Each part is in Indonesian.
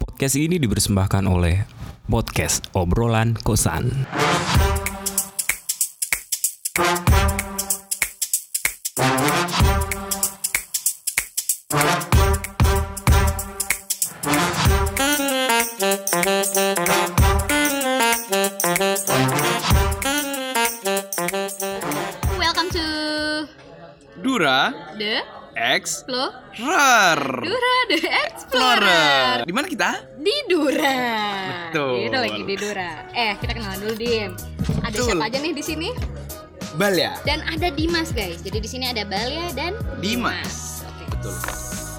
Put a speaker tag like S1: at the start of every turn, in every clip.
S1: Podcast ini dipersembahkan oleh Podcast Obrolan Kosan.
S2: Welcome to
S3: Dura
S2: the
S3: X
S2: Explorer
S3: Rar
S2: The Explorer
S3: Di mana kita?
S2: di Dura.
S3: Betul.
S2: Kita lagi di Dura. Eh, kita kenalan dulu Dim. Ada
S3: Betul.
S2: siapa aja nih di sini?
S3: Bal ya?
S2: Dan ada Dimas guys. Jadi di sini ada Balia dan
S3: Dimas.
S2: Oke.
S3: Betul.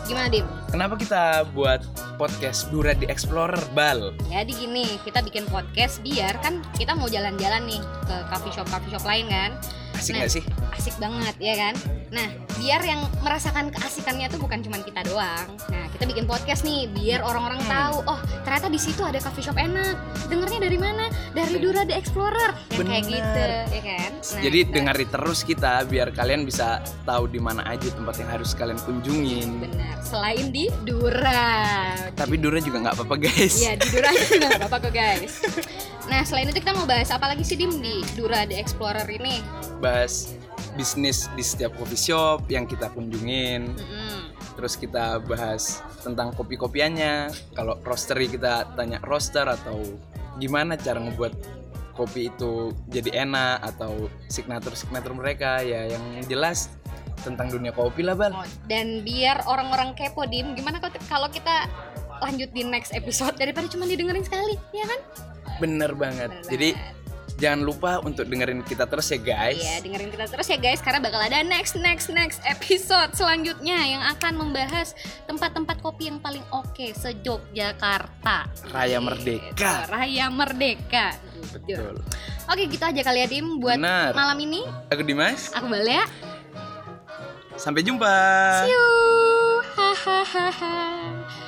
S2: Gimana Dim?
S3: Kenapa kita buat podcast Dura di Explorer Bal?
S2: Jadi gini, kita bikin podcast biar kan kita mau jalan-jalan nih ke coffee shop coffee shop lain kan.
S3: Asik
S2: Nah.
S3: nggak sih?
S2: Asik banget ya kan. Nah, biar yang merasakan keasikannya tuh bukan cuma kita doang. Nah, kita bikin podcast nih biar
S3: Hmm.
S2: orang-orang tahu, oh ternyata di situ ada coffee shop enak. Dengernya dari mana? Dari Dura the Explorer. Yang kayak
S3: Bener.
S2: gitu, ya kan? Nah,
S3: Jadi
S2: kita-
S3: dengari terus kita biar kalian bisa tahu di mana aja tempat yang harus kalian kunjungin.
S2: Benar. Selain di Dura.
S3: Tapi Dura juga nggak apa-apa guys.
S2: Iya di Dura aja nggak apa-apa kok guys. Nah selain itu kita mau bahas apa lagi sih Dim di Dura The Explorer ini?
S3: Bahas bisnis di setiap coffee shop yang kita kunjungin.
S2: Mm-mm.
S3: Terus kita bahas tentang kopi-kopiannya. Kalau roastery kita tanya roaster atau gimana cara ngebuat kopi itu jadi enak atau signature-signature mereka ya yang jelas tentang dunia kopi lah bal.
S2: Oh, Dan biar orang-orang kepo Dim, gimana kalau- kalau kita lanjut di next episode daripada cuma didengerin sekali, ya kan?
S3: Bener banget.
S2: Bener
S3: Ya, Jadi
S2: banget.
S3: jangan lupa untuk dengerin kita terus ya guys.
S2: Iya, dengerin kita terus ya guys karena bakal ada next next next episode selanjutnya yang akan membahas tempat-tempat kopi yang paling oke se-Yogyakarta.
S3: Raya Merdeka.
S2: Gitu, Raya Merdeka. Gitu.
S3: Betul.
S2: Oke, gitu aja kali ya Dim buat
S3: Bener.
S2: malam ini.
S3: Aku Dimas.
S2: Aku Balia.
S3: Sampai jumpa.
S2: See you. Hahaha.